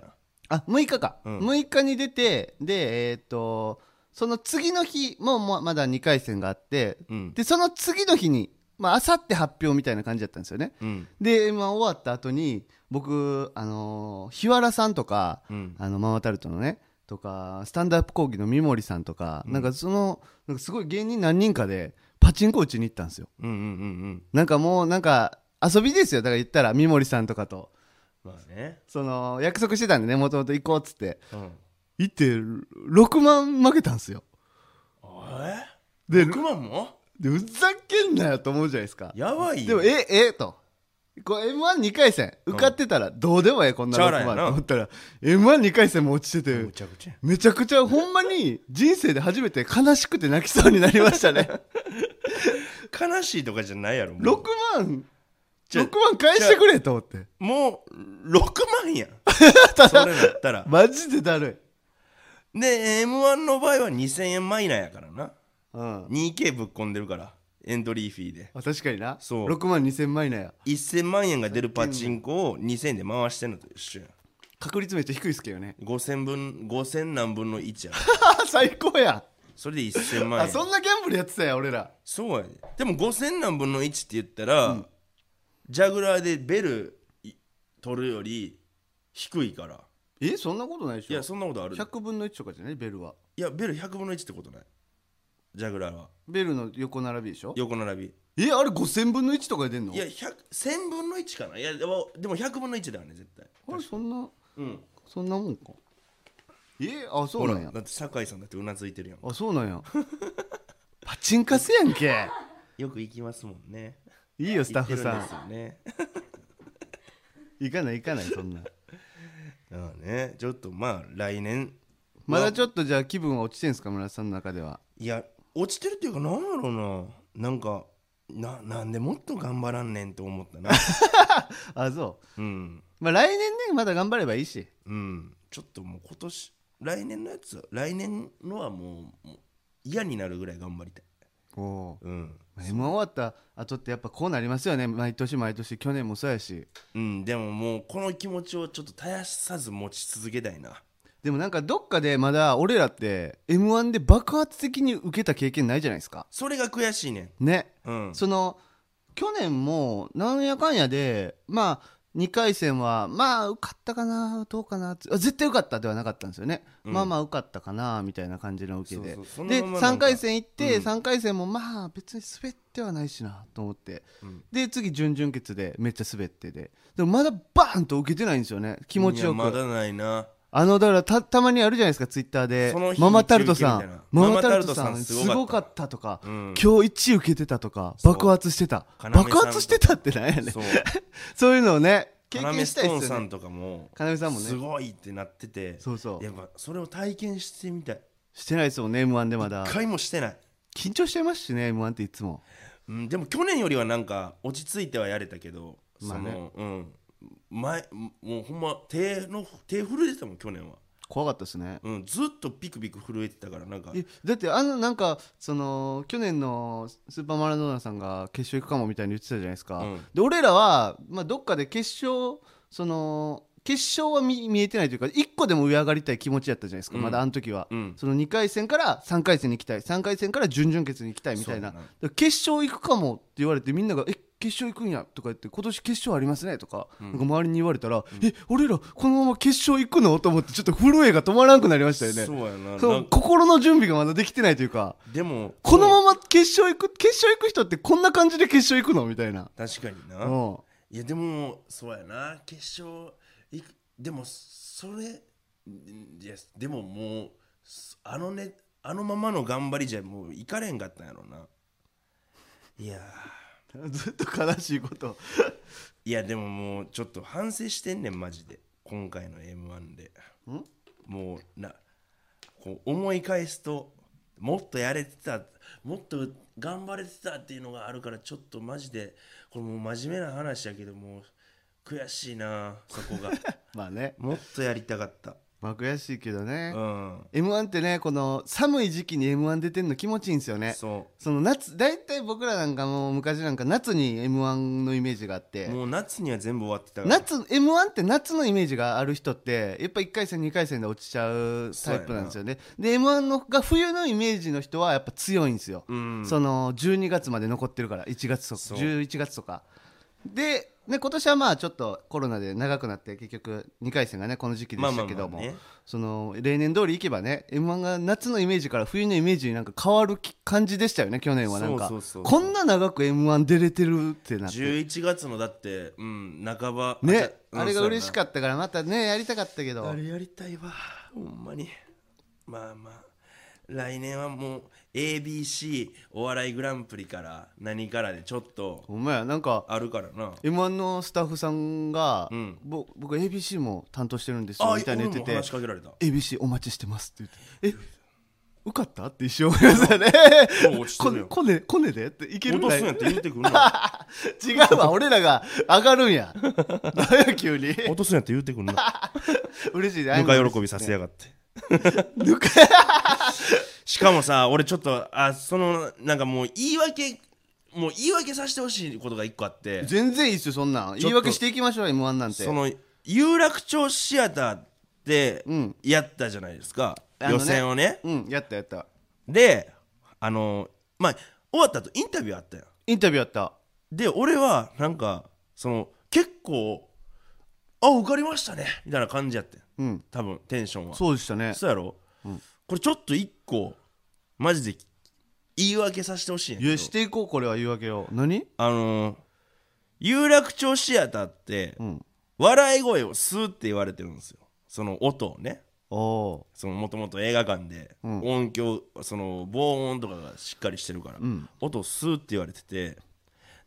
Speaker 1: あ6日か、
Speaker 2: うん
Speaker 1: 6日に出てでえーっとその次の日もままだ2回戦があって、
Speaker 2: うん
Speaker 1: でその次の日にまあさって発表みたいな感じだったんですよね、
Speaker 2: うん
Speaker 1: で m 1終わった後に僕あのー日原さんとか、
Speaker 2: うん
Speaker 1: あのママタルトのねとかスタンダップ講義の三森さんとか、なんかそのなんかすごい芸人何人かでパチンコ打ちに行ったんですよ
Speaker 2: うんうんうん
Speaker 1: なんかもうなんか遊びですよだから言ったら三森さんとかと
Speaker 2: うんまあね
Speaker 1: その約束してたんでねもともと行こうっつって
Speaker 2: うん
Speaker 1: 行って6万負けたんですよ
Speaker 2: あ
Speaker 1: で
Speaker 2: え6万も
Speaker 1: でふざけんなよと思うじゃないですか
Speaker 2: やばい
Speaker 1: でもええとこれ m 1 2回戦受かってたらどうでもええこんな
Speaker 2: しゃあな
Speaker 1: 6
Speaker 2: いな
Speaker 1: 万と思ったら m 1 2回戦も落ちて
Speaker 2: む
Speaker 1: て
Speaker 2: ちゃくちゃ
Speaker 1: めちゃくちゃほんまに人生で初めて悲しくて泣きそうになりました ね
Speaker 2: 悲しいとかじゃないやろもう
Speaker 1: 6万
Speaker 2: ちょ
Speaker 1: 6万返してくれと思って
Speaker 2: もう6万やんそれだ ったら
Speaker 1: マジでだる、
Speaker 2: で m 1の場合は2000円マイナーやからない
Speaker 1: うん、
Speaker 2: 2K ぶっ込んでるからエントリーフィーで
Speaker 1: あ確かにな
Speaker 2: そう
Speaker 1: 6万2000万円なんや
Speaker 2: 1000万円が出るパチンコを2000円で回してんのと一緒や
Speaker 1: 確率めっちゃ低いっすけど ね
Speaker 2: 5000分5000何分の1や
Speaker 1: あ最高や
Speaker 2: それで1000
Speaker 1: ん
Speaker 2: 万
Speaker 1: あ
Speaker 2: 円
Speaker 1: そんなギャンブルやってたやん俺ら
Speaker 2: そうやででも5000何分の1って言ったら、ジャグラーでベルい取るより低いから
Speaker 1: えそんなことないでし
Speaker 2: い
Speaker 1: ょ
Speaker 2: やそんなことある
Speaker 1: 100分の1とかじゃないベルはい
Speaker 2: やベル100分の1ってことないジャグラーは
Speaker 1: ベルの横並びでしょ
Speaker 2: 横並び
Speaker 1: えあれ5000分の1とかで出んの
Speaker 2: いや100 1000分の1かないやでもでも100分の1だよね絶対
Speaker 1: あれそんな
Speaker 2: うん
Speaker 1: そんなもんかえあそ
Speaker 2: ほ
Speaker 1: う
Speaker 2: ら
Speaker 1: なんや
Speaker 2: だって酒井さんだってうなずいてるやん
Speaker 1: あそうなんや パチンカスやんけ
Speaker 2: よく行きますもんね
Speaker 1: いいよスタッフさ
Speaker 2: 行って
Speaker 1: ん
Speaker 2: るんですよね
Speaker 1: 行かない行かないそんな
Speaker 2: だからねちょっとまあ来年
Speaker 1: まだちょっとじゃあ気分は落ちてんすか村田さんの中ではい
Speaker 2: や落ちてるっていうかなんやろうななんかななんでもっと頑張らんねんと 思ったな
Speaker 1: あそ
Speaker 2: うん
Speaker 1: うまあ来年ねまだ頑張ればいいし
Speaker 2: うんちょっともう今年来年のやつは来年のはもうもう嫌になるぐらい頑張りたい
Speaker 1: おお
Speaker 2: うん、
Speaker 1: M 終わった後ってやっぱこうなりますよね毎年毎年去年もそうやし
Speaker 2: うん、でももうこの気持ちをちょっと絶やさず持ち続けたいな
Speaker 1: でもなんかどっかでまだ俺らって m 1で爆発的に受けた経験ないじゃないですか
Speaker 2: それが悔しいね
Speaker 1: ね、
Speaker 2: んうん
Speaker 1: その去年もなんやかんやでまあ2回戦はまあ受かったかなどうかなつあ絶対受かったではなかったんですよね、まあまあ受かったかなみたいな感じの受けで
Speaker 2: そうそうその
Speaker 1: で
Speaker 2: ままなん
Speaker 1: 3
Speaker 2: か
Speaker 1: 回戦行って、
Speaker 2: うん
Speaker 1: 3回戦もまあ別に滑ってはないしなと思って、
Speaker 2: うん
Speaker 1: で次準々決でめっちゃ滑ってででもまだバーンと受けてないんですよね気持ちよ
Speaker 2: い
Speaker 1: く、
Speaker 2: やまだないな
Speaker 1: あのだからたたまにあるじゃないですかツイッターで
Speaker 2: その日
Speaker 1: ママタルトさ
Speaker 2: 一撃みたい
Speaker 1: ん
Speaker 2: な
Speaker 1: ママタルトさ
Speaker 2: ママタルトさ
Speaker 1: ん
Speaker 2: ん
Speaker 1: す
Speaker 2: す
Speaker 1: ご
Speaker 2: ご
Speaker 1: か
Speaker 2: か
Speaker 1: ったとか、
Speaker 2: うん
Speaker 1: 今日1受けてたとか
Speaker 2: そう
Speaker 1: 爆発してた
Speaker 2: 要さん
Speaker 1: 爆発してたってなんやねん
Speaker 2: そ
Speaker 1: そうういうのをね経
Speaker 2: カナ
Speaker 1: 験
Speaker 2: メ
Speaker 1: し
Speaker 2: ス
Speaker 1: た
Speaker 2: ト
Speaker 1: い
Speaker 2: ー
Speaker 1: っ
Speaker 2: ン
Speaker 1: すよ
Speaker 2: さ
Speaker 1: ね
Speaker 2: んとかも
Speaker 1: 要さんもね
Speaker 2: すごいってなってて
Speaker 1: そうそう
Speaker 2: やっぱそれを体験してみたい
Speaker 1: してないですもんね m 1でまだ
Speaker 2: 一回もしてない、
Speaker 1: 緊張しちゃいますしね m 1っていつも
Speaker 2: うん、でも去年よりはなんか落ち着いてはやれたけど、
Speaker 1: まあね
Speaker 2: そのうん前もうほんま手の手震えてたもん去年は、
Speaker 1: 怖かったですね
Speaker 2: うん、ずっとピクピク震えてたからなんか
Speaker 1: えだってあのなんかその去年のスーパーマラドーナさんが決勝行くかもみたいに言ってたじゃないですか、
Speaker 2: うん
Speaker 1: で俺らは、まあ、どっかで決勝その決勝は見見えてないというか一個でも上上がりたい気持ちやったじゃないですか、
Speaker 2: うん
Speaker 1: まだあの時は、
Speaker 2: うん
Speaker 1: その2回戦から3回戦に行きたい3回戦から準々決に行きたいみたいな
Speaker 2: そうだな
Speaker 1: だから決勝行くかもって言われてみんなが「え決勝行くんや」とか言って「今年決勝ありますね」とか,、なんか周りに言われたら「え俺らこのまま決勝行くの?」と思ってちょっと震えが止まらなくなりましたよね
Speaker 2: そうやな
Speaker 1: そ
Speaker 2: な
Speaker 1: うん
Speaker 2: か
Speaker 1: 心の準備がまだできてないというか
Speaker 2: でも
Speaker 1: このまま決勝行く決勝行く人ってこんな感じで決勝行くのみたいな
Speaker 2: 確かにな、
Speaker 1: うん
Speaker 2: いやでもそうやな決勝いくでもそれんいやでももうすあのねあのままの頑張りじゃもういかれんかったんやろないや ー
Speaker 1: ずっと悲しいこと
Speaker 2: いやでももうちょっと反省してんねんマジで今回の m 1でもうなこう思い返すともっとやれてたもっと頑張れてたっていうのがあるからちょっとマジでこれもう真面目な話やけどもう悔しいなそこ が
Speaker 1: まあね
Speaker 2: もっとやりたかった
Speaker 1: まあ悔しいけどね
Speaker 2: う、ん
Speaker 1: m 1ってねこの寒い時期に m 1出てんの気持ちいいんですよね
Speaker 2: そ
Speaker 1: その夏大体僕らなんかもう昔なんか夏に m 1のイメージがあって
Speaker 2: うもう夏には全部終わってたから
Speaker 1: 夏 m 1って夏のイメージがある人ってやっぱ1回戦2回戦で落ちちゃうタイプなんですよねで m 1のが冬のイメージの人はやっぱ強いんですよ、
Speaker 2: うん
Speaker 1: その12月まで残ってるから1月とか
Speaker 2: そう
Speaker 1: 11月とかで、ね、今年はまあちょっとコロナで長くなって結局2回戦がねこの時期でしたけども、
Speaker 2: まあまあまあね
Speaker 1: その例年通りいけばね m 1が夏のイメージから冬のイメージになんか変わるき感じでしたよね去年はなんか
Speaker 2: そうそうそう
Speaker 1: こんな長く m 1出れてるってなって
Speaker 2: 11月のだってうん半ば
Speaker 1: ね、あれが嬉し
Speaker 2: っ
Speaker 1: かったからまたねやりたかったけど
Speaker 2: あれやりたいわほんまにまあまあ来年はもう ABC お笑いグランプリから何からでちょっと
Speaker 1: ほんまやなんか
Speaker 2: あるからな
Speaker 1: m 1のスタッフさんが、
Speaker 2: うん
Speaker 1: ぼ僕 ABC も担当してるんですよ
Speaker 2: あ
Speaker 1: みたいに言って
Speaker 2: 俺も
Speaker 1: て
Speaker 2: 話しかけられた
Speaker 1: ABC お待ちしてますって言ってえ受かったって一瞬思いましたね
Speaker 2: もう落ちて
Speaker 1: こ
Speaker 2: る
Speaker 1: ね
Speaker 2: よ
Speaker 1: こねこねでっていける
Speaker 2: 落
Speaker 1: ぐ
Speaker 2: と
Speaker 1: ら
Speaker 2: す
Speaker 1: い
Speaker 2: んやって言ってくん な
Speaker 1: 違うわ俺らが上がるんや何や急に
Speaker 2: 落とすんやって言ってく んな
Speaker 1: 嬉しいね
Speaker 2: ぬか喜びさせやがって
Speaker 1: ぬか
Speaker 2: しかもさ俺ちょっとあそのなんかもう言い訳もう言い訳させてほしいことが一個あって
Speaker 1: 全然いいっすよそんなん言い訳していきましょう m 1なんて
Speaker 2: その有楽町シアターで
Speaker 1: うん
Speaker 2: やったじゃないですか、
Speaker 1: あのね
Speaker 2: 予選をね
Speaker 1: うんやったやった
Speaker 2: であのまあ終わった後インタビューあったやん
Speaker 1: インタビューやった
Speaker 2: で俺はなんかその結構あ受かりましたねみたいな感じやってん
Speaker 1: うん
Speaker 2: 多分テンションは
Speaker 1: そうでしたね
Speaker 2: そうやろ、これちょっと一個マジで言い訳させてほしいんや
Speaker 1: いや
Speaker 2: けど
Speaker 1: していこうこれは言い訳を何
Speaker 2: あのー有楽町シアターって、
Speaker 1: ん
Speaker 2: 笑い声を吸うって言われてるんですよその音をね
Speaker 1: おお
Speaker 2: そのもともと映画館で音響、その防音とかがしっかりしてるから、音を吸うって言われてて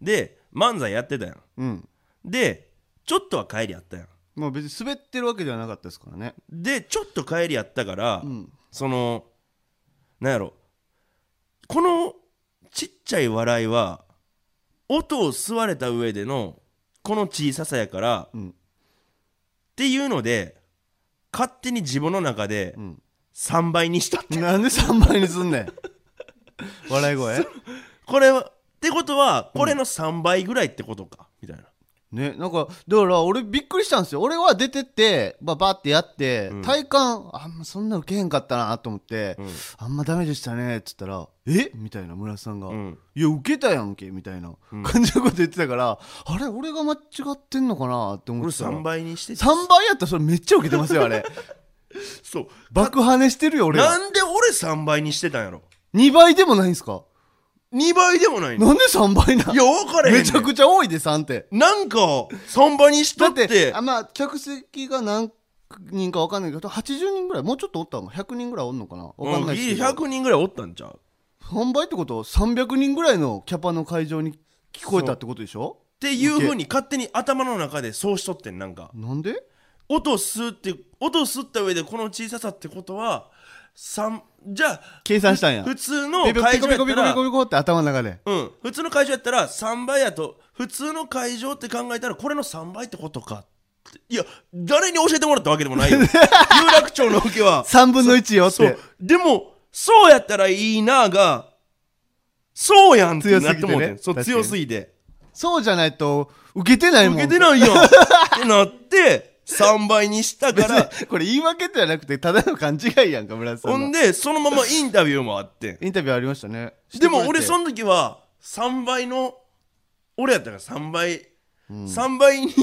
Speaker 2: で漫才やってたやん
Speaker 1: ーうん
Speaker 2: でちょっとは帰りあったやん
Speaker 1: まあ別に滑ってるわけではなかったですからね
Speaker 2: でちょっと帰りあったから、
Speaker 1: ん
Speaker 2: そのなんやろこのちっちゃい笑いは音を吸われた上でのこの小ささやから、
Speaker 1: うん
Speaker 2: っていうので勝手に自分の中で
Speaker 1: ん
Speaker 2: 3倍にしたって
Speaker 1: なんで3倍にすんね ん笑い声
Speaker 2: これはってことはこれの3倍ぐらいってことか、みたいな
Speaker 1: ねなんかだから俺びっくりしたんですよ俺は出てってババーってやって、
Speaker 2: ん
Speaker 1: 体感あんまそんな受けへんかったなと思って、
Speaker 2: ん
Speaker 1: あんまダメでしたねっつったらえみたいな村瀬さんが、
Speaker 2: うん
Speaker 1: いや受けたやんけみたいな感じのこと言ってたから、あれ俺が間違ってんのかなって思
Speaker 2: 俺
Speaker 1: ってたら
Speaker 2: 3倍にして
Speaker 1: 3倍やったらそれめっちゃ受けてますよあれ
Speaker 2: そう
Speaker 1: 爆跳ねしてるよ俺ら
Speaker 2: なんで俺3倍にしてたんやろ
Speaker 1: 2倍でもないんすか
Speaker 2: 2倍でもないの
Speaker 1: なんで3倍なん
Speaker 2: いや分からへんねん
Speaker 1: めちゃくちゃ多いで3って
Speaker 2: なんか3倍にし
Speaker 1: だ
Speaker 2: た
Speaker 1: っ
Speaker 2: って
Speaker 1: てあまあ客席が何人か分かんないけど80人ぐらいもうちょっとおったの100人ぐらいおんのかな分かんない
Speaker 2: うんギ
Speaker 1: です
Speaker 2: リ
Speaker 1: けど
Speaker 2: 100人ぐらいおったんちゃうっ
Speaker 1: 3倍ってこと300人ぐらいのキャパの会場に聞こえたってことでしょ
Speaker 2: ていうふうに勝手に頭の中でそうしとってんなんか
Speaker 1: なんで
Speaker 2: 音を吸うって音を吸った上でこの小ささってことは三じゃあ
Speaker 1: 計算したんや
Speaker 2: 普通の
Speaker 1: ペコペ
Speaker 2: 会
Speaker 1: コ
Speaker 2: 場
Speaker 1: ペ
Speaker 2: や
Speaker 1: コ
Speaker 2: っ
Speaker 1: ペコ
Speaker 2: た
Speaker 1: ペ
Speaker 2: ら
Speaker 1: コペコって頭の中で
Speaker 2: うん普通の会場やったら3倍やと普通の会場って考えたらこれの3倍ってことかっていや誰に教えてもらったわけでもな いよ有楽町の受けは
Speaker 1: 3分の1よっ
Speaker 2: そう
Speaker 1: て
Speaker 2: でもそうやったらいいながそうやんってなってもうてん
Speaker 1: 強すぎてね確
Speaker 2: そう
Speaker 1: かに
Speaker 2: 強すぎて
Speaker 1: そうじゃないと受けてないもん
Speaker 2: 受けてないやんって なって3倍にしたか
Speaker 1: 別
Speaker 2: ら
Speaker 1: に これ言い訳じゃなくてただの勘違いやんか村瀬さ
Speaker 2: ほ
Speaker 1: ん
Speaker 2: ん
Speaker 1: の
Speaker 2: でそのままインタビューもあってん
Speaker 1: インタビューありましたね
Speaker 2: でも俺そ
Speaker 1: ん
Speaker 2: の時は3倍の俺やったから3倍、3倍に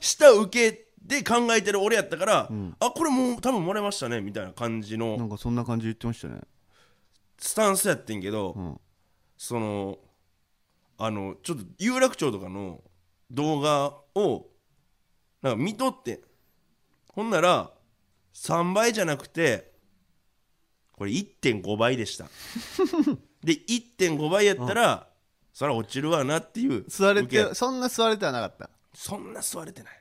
Speaker 2: した受けで考えてる俺やったから、あこれもう多分もらいましたねみたいな感じ
Speaker 1: な
Speaker 2: の
Speaker 1: んかそんな感じ言ってましたね
Speaker 2: スタンスやってんけど、
Speaker 1: ん
Speaker 2: そのあのちょっと有楽町とかの動画をなんか見とってほんなら3倍じゃなくてここれ1.5倍でした で1.5倍やったら、そら落ちるわなっていう
Speaker 1: 座れ
Speaker 2: 受
Speaker 1: て
Speaker 2: け
Speaker 1: そんな座れてはなかった
Speaker 2: そんな座れてない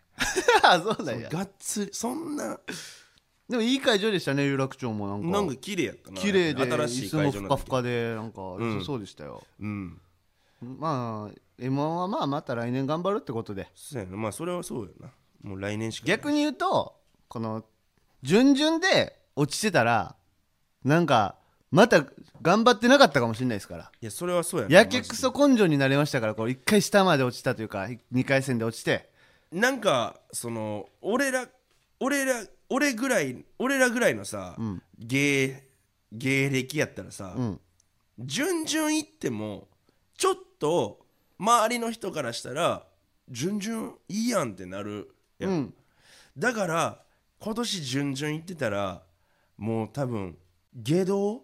Speaker 1: あそうなんや
Speaker 2: がっつりそんな
Speaker 1: でもいい会場でしたね有楽町もなんか
Speaker 2: なんか綺麗やったな
Speaker 1: 綺麗で
Speaker 2: 新し
Speaker 1: 椅
Speaker 2: い
Speaker 1: 子
Speaker 2: 会
Speaker 1: も
Speaker 2: 場に
Speaker 1: ふ
Speaker 2: な
Speaker 1: か
Speaker 2: って
Speaker 1: ふ
Speaker 2: きて
Speaker 1: かでなんか
Speaker 2: ん
Speaker 1: 良さそうでしたよ、
Speaker 2: うん
Speaker 1: まあ m 1はまあまた来年頑張るってことで
Speaker 2: そうやなまあそれはそうやなもう来年しかない
Speaker 1: 逆に言うとこの準々で落ちてたらなんかまた頑張ってなかったかもしれないですから
Speaker 2: いやそれはそうやな
Speaker 1: やけくそ根性になれましたからこう1回下まで落ちたというか2回戦で落ちて
Speaker 2: なんかその俺ら俺ら俺ぐらい俺らぐらいのさ、芸芸歴やったらさ、
Speaker 1: ん
Speaker 2: 順々行ってもちょっと周りの人からしたら順々いいやんってなるやん、
Speaker 1: うん
Speaker 2: だから今年順々行ってたらもう多分下道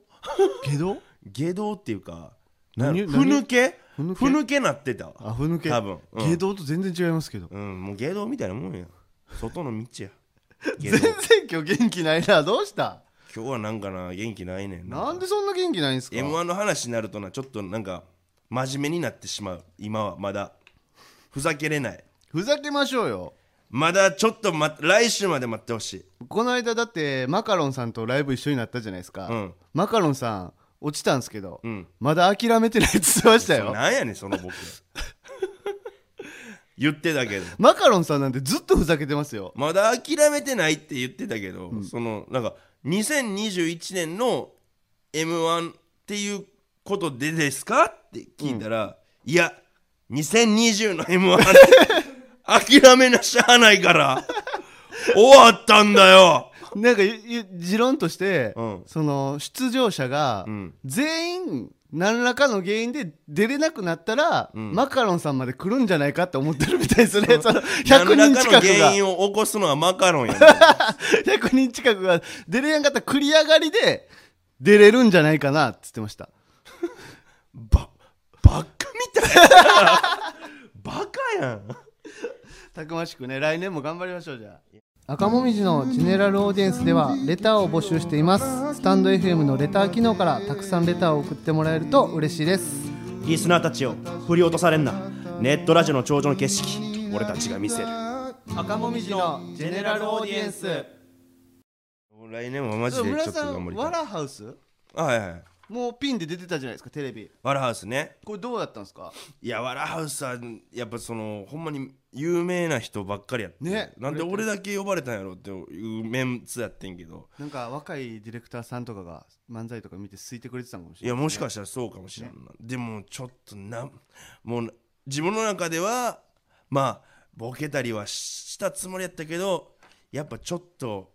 Speaker 1: けど
Speaker 2: 下道っていうかなん
Speaker 1: 何
Speaker 2: やろふぬけ
Speaker 1: ふぬけ
Speaker 2: ふぬけなってたわ
Speaker 1: あふ抜け
Speaker 2: 多分、うん
Speaker 1: 芸道と全然違いますけど
Speaker 2: うん、もう芸道みたいなもんや。外の道 や。芸
Speaker 1: 全
Speaker 2: 道
Speaker 1: 然今日元気ないなどうした
Speaker 2: 今日はなんかな、元気ないねんな。
Speaker 1: なんでそんな元気ないんですか
Speaker 2: M1 の話になるとな、ちょっとなんか、真面目になってしまう。今はまだ。ふざけれない。
Speaker 1: ふざけましょうよ
Speaker 2: まだちょっと、ま、来週まで待ってほしい。
Speaker 1: この間だってマカロンさんとライブ一緒になったじゃないですか、
Speaker 2: うん
Speaker 1: マカロンさん落ちたんですけど、
Speaker 2: うん
Speaker 1: まだ諦めてないって言ってましたよ
Speaker 2: なんやねん、そ の僕。言ってたけど。
Speaker 1: マカロンさんなんてずっとふざけてますよ
Speaker 2: まだ諦めてないって言ってたけど、そのなんか2021年の m 1っていうことでですかって聞いたら、いや2020の m 1諦めなしゃあない から終わったんだよ
Speaker 1: なんかゆゆ持論として、
Speaker 2: うん
Speaker 1: その出場者が
Speaker 2: うん
Speaker 1: 全員何らかの原因で出れなくなったら、マカロンさんまで来るんじゃないかって思ってるみたいです ねその100
Speaker 2: 何
Speaker 1: 人
Speaker 2: ら
Speaker 1: 近
Speaker 2: か
Speaker 1: く
Speaker 2: の
Speaker 1: が
Speaker 2: 原因を起こすのはマカロンやねん
Speaker 1: 100人近くが出れやんかったら繰り上がりで出れるんじゃないかなって言ってました
Speaker 2: ばバカみたい バカやん
Speaker 1: たくましくね来年も頑張りましょうじゃあ赤もみじのジェネラルオーディエンスではレターを募集していますスタンド FM のレター機能からたくさんレターを送ってもらえると嬉しいです
Speaker 2: リスナーたちを振り落とされんなネットラジオの頂上の景色俺たちが見せる
Speaker 1: 赤もみじのジェネラルオーディエンス
Speaker 2: 来年もマジで
Speaker 1: 村
Speaker 2: ちょっと
Speaker 1: さ
Speaker 2: 頑
Speaker 1: ん
Speaker 2: 張り
Speaker 1: ワ
Speaker 2: たい
Speaker 1: ラハウス
Speaker 2: あはいはい
Speaker 1: もうピンで出てたじゃないですかテレビ
Speaker 2: ワラハウスね
Speaker 1: これどうだったんですか
Speaker 2: いやワラハウスはやっぱそのほんまに有名な人ばっかりやって、
Speaker 1: ね
Speaker 2: なんで俺だけ呼ばれたんやろっていうメンツやってんけど
Speaker 1: なんか若いディレクターさんとかが漫才とか見てすいてくれてたんかもし
Speaker 2: い
Speaker 1: れ
Speaker 2: や
Speaker 1: ない
Speaker 2: もしかしたらそうかもしれんな、でもちょっとなもう自分の中ではまあボケたりはしたつもりやったけどやっぱちょっと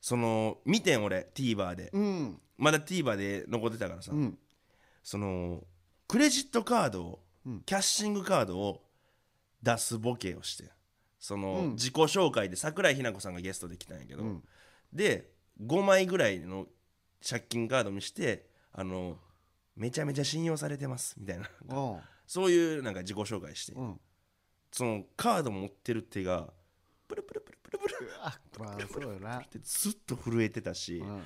Speaker 2: その見てん俺 TVer で、
Speaker 1: うん
Speaker 2: まだ TVer で残ってたからさ、
Speaker 1: うん
Speaker 2: そのクレジットカードを、キャッシングカードを出すボケをしてその、
Speaker 1: うん
Speaker 2: 自己紹介で桜井日奈子さんがゲストで来たんやけど、
Speaker 1: うん
Speaker 2: で5枚ぐらいの借金カード見してあのめちゃめちゃ信用されてますみたいな
Speaker 1: おう
Speaker 2: そういうなんか自己紹介して、
Speaker 1: うん
Speaker 2: そのカード持ってる手がプルプルプルプルプル
Speaker 1: あまあそうよな
Speaker 2: ってずっと震えてたし、
Speaker 1: うん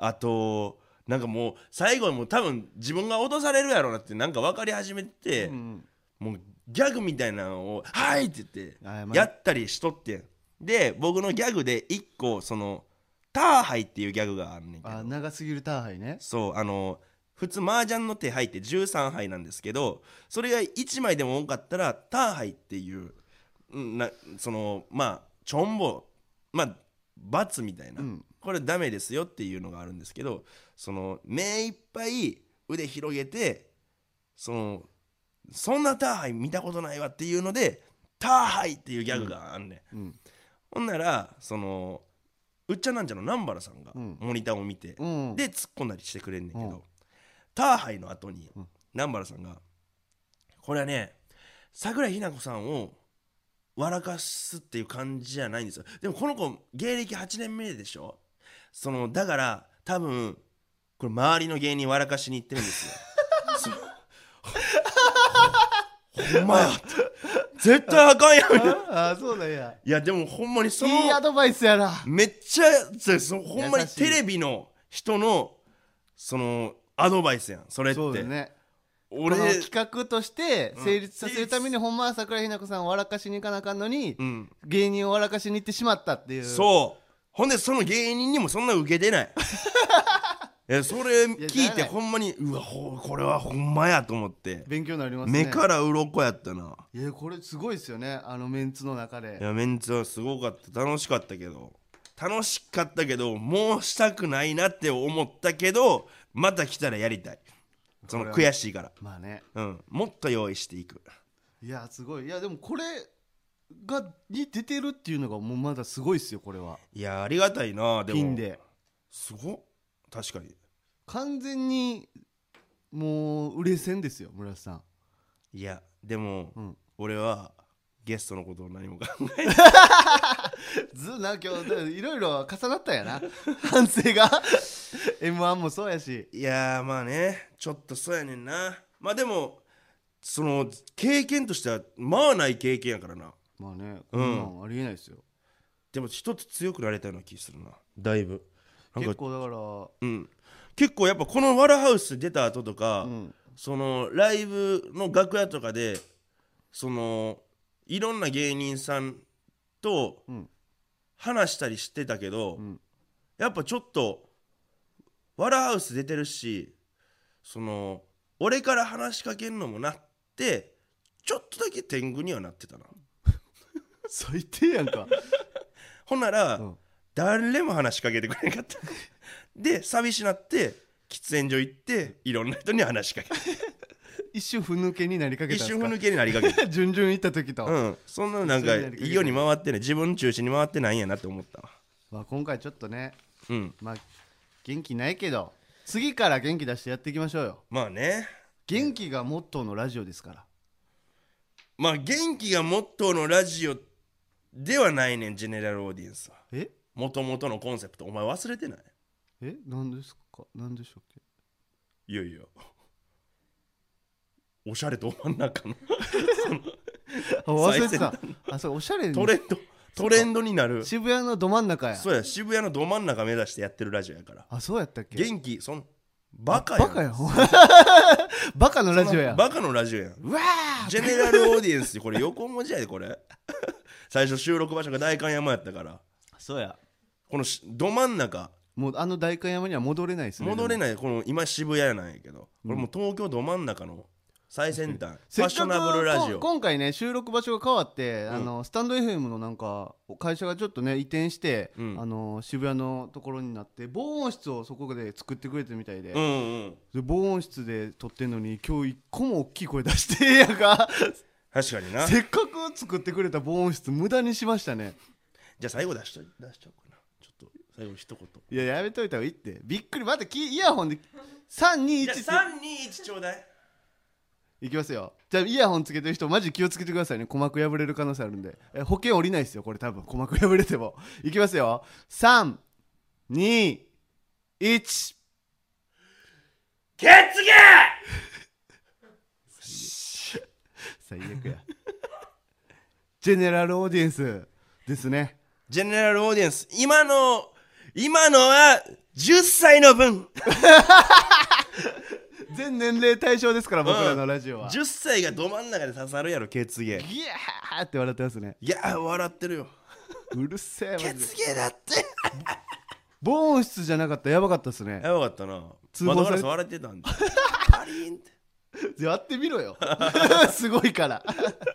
Speaker 2: あとなんかもう最後にもう多分自分が落とされるやろうなってなんか分かり始めて、
Speaker 1: うん
Speaker 2: もうギャグみたいなのを「はい!」って言
Speaker 1: あや
Speaker 2: っ
Speaker 1: ま
Speaker 2: てやったりしとってんで僕のギャグで一個その「ターハイ」っていうギャグがあんねんけ
Speaker 1: あ
Speaker 2: ど
Speaker 1: 長すぎるターハイね
Speaker 2: そうあの普通麻雀の手牌って13牌なんですけどそれが1枚でも多かったら「ターハイ」っていううんなそのまあちょんぼまあ罰みたいな、
Speaker 1: うん
Speaker 2: これダメですよっていうのがあるんですけどその目いっぱい腕広げてそのそんなターハイ見たことないわっていうのでターハイっていうギャグがあんねん、
Speaker 1: うん
Speaker 2: ほんならそのうっちゃなんちゃの南原さんが
Speaker 1: うん
Speaker 2: モニターを見て、
Speaker 1: うん
Speaker 2: で突っ込んだりしてくれんねんけど、
Speaker 1: うん
Speaker 2: ターハイの後に
Speaker 1: うん
Speaker 2: 南原さんが「これはね桜井日奈子さんを笑かすっていう感じじゃないんですよでもこの子芸歴8年目でしょそのだから多分これ周りの芸人笑かしに行ってるんです よそほんまや絶対あかんやん みたいな
Speaker 1: ああそうだや
Speaker 2: いやでもほんまにその
Speaker 1: いいアドバイスやな
Speaker 2: めっちゃそうほんまに
Speaker 1: 優しい
Speaker 2: テレビの人のそのアドバイスやんそれって
Speaker 1: そうだねこ
Speaker 2: 俺
Speaker 1: の企画として成立させるために、
Speaker 2: う
Speaker 1: ほんまは桜ひな子さんを笑かしに行かなあかんのに、
Speaker 2: うん、
Speaker 1: 芸人を笑かしに行ってしまったっていう
Speaker 2: そうほんでその芸人にもそんな受け てないえそれ聞い
Speaker 1: だ
Speaker 2: て
Speaker 1: よね
Speaker 2: ほんまにうわほこれはほんまやと思って
Speaker 1: 勉強になりますね
Speaker 2: 目から鱗やったない
Speaker 1: やこれすごいですよねあのメンツの中
Speaker 2: い
Speaker 1: で
Speaker 2: やメンツはすごかった楽しかったけど楽しかったけどもうしたくないなって思ったけどまた来たらやりたいその悔しいから、
Speaker 1: まあね
Speaker 2: うん、もっと用意していく
Speaker 1: いやすごいいやでもこれがに出てるっていうのがもうまだすごいっすよこれはい
Speaker 2: やありがたいなでも
Speaker 1: ピンです
Speaker 2: ごっ確かに
Speaker 1: 完全にもう売れ線ですよ村瀬さん
Speaker 2: いやでも、
Speaker 1: うん
Speaker 2: 俺はゲストのことを何も考えて
Speaker 1: ずな今日だからいろいろ重なったんやな反省が m 1もそうやし
Speaker 2: いやーまあねちょっとそうやねんなまあでもその経験としてはまあない経験やからな
Speaker 1: まあねこ
Speaker 2: うんん
Speaker 1: なんありえないですよ、
Speaker 2: でも一つ強くなれたような気するなだいぶなんか
Speaker 1: 結構だから
Speaker 2: うん、結構やっぱこの「ワラハウス」出た後とか、
Speaker 1: うん
Speaker 2: そのライブの楽屋とかでそのいろんな芸人さんと
Speaker 1: うん
Speaker 2: 話したりしてたけど、
Speaker 1: うん
Speaker 2: やっぱちょっと「ワラハウス」出てるしその俺から話しかけるのもなってちょっとだけ天狗にはなってたな
Speaker 1: 最低やんか、
Speaker 2: ほんなら、
Speaker 1: うん
Speaker 2: 誰も話しかけてくれなかった で寂しなって喫煙所行っていろんな人に話しかけて
Speaker 1: 一瞬ふぬけになりかけ
Speaker 2: 一
Speaker 1: たんす
Speaker 2: 瞬
Speaker 1: か
Speaker 2: ふぬけになり かけて
Speaker 1: 順々行った時と、
Speaker 2: うんそんななんか
Speaker 1: 一瞬になりかけて
Speaker 2: いいように回ってない自分中心に回ってないんやなって思ったわ
Speaker 1: まあ、今回ちょっとね
Speaker 2: うん
Speaker 1: まあ元気ないけど次から元気出してやっていきましょうよ
Speaker 2: まあね
Speaker 1: 元気がモットーのラジオですから
Speaker 2: まあ元気がモットーのラジオではないねんジェネラルオーディエンスは
Speaker 1: え
Speaker 2: もともとのコンセプトお前忘れてない
Speaker 1: え何ですか何でしょうっけ
Speaker 2: いやいやおしゃれと真ん中の
Speaker 1: あ忘れてた
Speaker 2: 最
Speaker 1: あそうおしゃれに
Speaker 2: トレンドトレンドになる
Speaker 1: 渋谷のど真ん中や
Speaker 2: そうや渋谷のど真ん中目指してやってるラジオやから
Speaker 1: あそうやったっけ
Speaker 2: 元気そんバカやん
Speaker 1: バカやん バカのラジオや
Speaker 2: バカのラジオやん
Speaker 1: うわー
Speaker 2: ジェネラルオーディエンスでこれ横文字やでこれ 最初収録場所が代官山やったから
Speaker 1: そうや
Speaker 2: このしど真ん中
Speaker 1: もうあの代官山には戻れないですね
Speaker 2: 戻れ
Speaker 1: ない
Speaker 2: ないこの今渋谷なんやけどこれもう東京ど真ん中の最先端フ
Speaker 1: せ
Speaker 2: ァ
Speaker 1: っ
Speaker 2: ッ
Speaker 1: か
Speaker 2: ショ
Speaker 1: く
Speaker 2: ナブルラジ
Speaker 1: こん
Speaker 2: オ
Speaker 1: 今回ね収録場所が変わって、あのスタンド FM のなんか会社がちょっとね移転して、
Speaker 2: うん
Speaker 1: あの渋谷のところになって防音室をそこで作ってくれてるみたいで,、
Speaker 2: うんうん
Speaker 1: で防音室で撮ってんのに今日一個も大きい声出して ええやんか
Speaker 2: 確かになじゃ
Speaker 1: せっかく作ってくれた防音室無駄にしましたね
Speaker 2: あ最後出しと出しちゃおうかなちょっと最後一言
Speaker 1: いややめといた方がいいってびっくりまたきイヤホンで321
Speaker 2: じゃあ321ちょうだい
Speaker 1: いきますよじゃあイヤホンつけてる人マジ気をつけてくださいね鼓膜破れる可能性あるんでえ保険降りないですよこれ多分鼓膜破れてもいきますよ321
Speaker 2: ケツゲー
Speaker 1: 最悪 やジェネラルオーディエンスですね
Speaker 2: ジェネラルオーディエンス、今の、今のは10歳の分。
Speaker 1: 全年齢対象ですから僕らのラジオは、
Speaker 2: 10歳がど真ん中で刺さるやろ、ケツゲ。
Speaker 1: ギャーって笑ってますね
Speaker 2: いや、笑ってるよ。
Speaker 1: うるせえマジ
Speaker 2: ケ
Speaker 1: で
Speaker 2: ツゲだって。
Speaker 1: 防音室じゃなかったらやばかったですね
Speaker 2: やばかったな。
Speaker 1: 通報され
Speaker 2: 窓ガラス割れてたん だ。パリンって。
Speaker 1: やってみろよ すごいから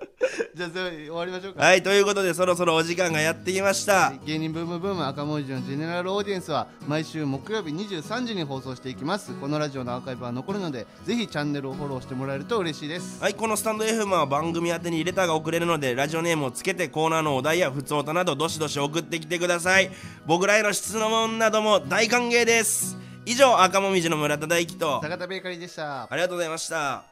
Speaker 1: じゃあそれ終わりましょうか
Speaker 2: はい、ということで、そろそろお時間がやってきました。
Speaker 1: 芸人ブームブーム赤文字のジェネラルオーディエンスは毎週木曜日23時に放送していきますこのラジオのアーカイブは残るのでぜひチャンネルをフォローしてもらえると嬉しいです
Speaker 2: はい、このスタンド F マンは番組宛てにレターが送れるので、ラジオネームをつけてコーナーのお題や普通歌など、どしどし送ってきてください。僕らへの質問なども大歓迎です。以上、赤もみじの村田大樹と、
Speaker 1: 坂田ベーカリーでした
Speaker 2: ありがとうございました。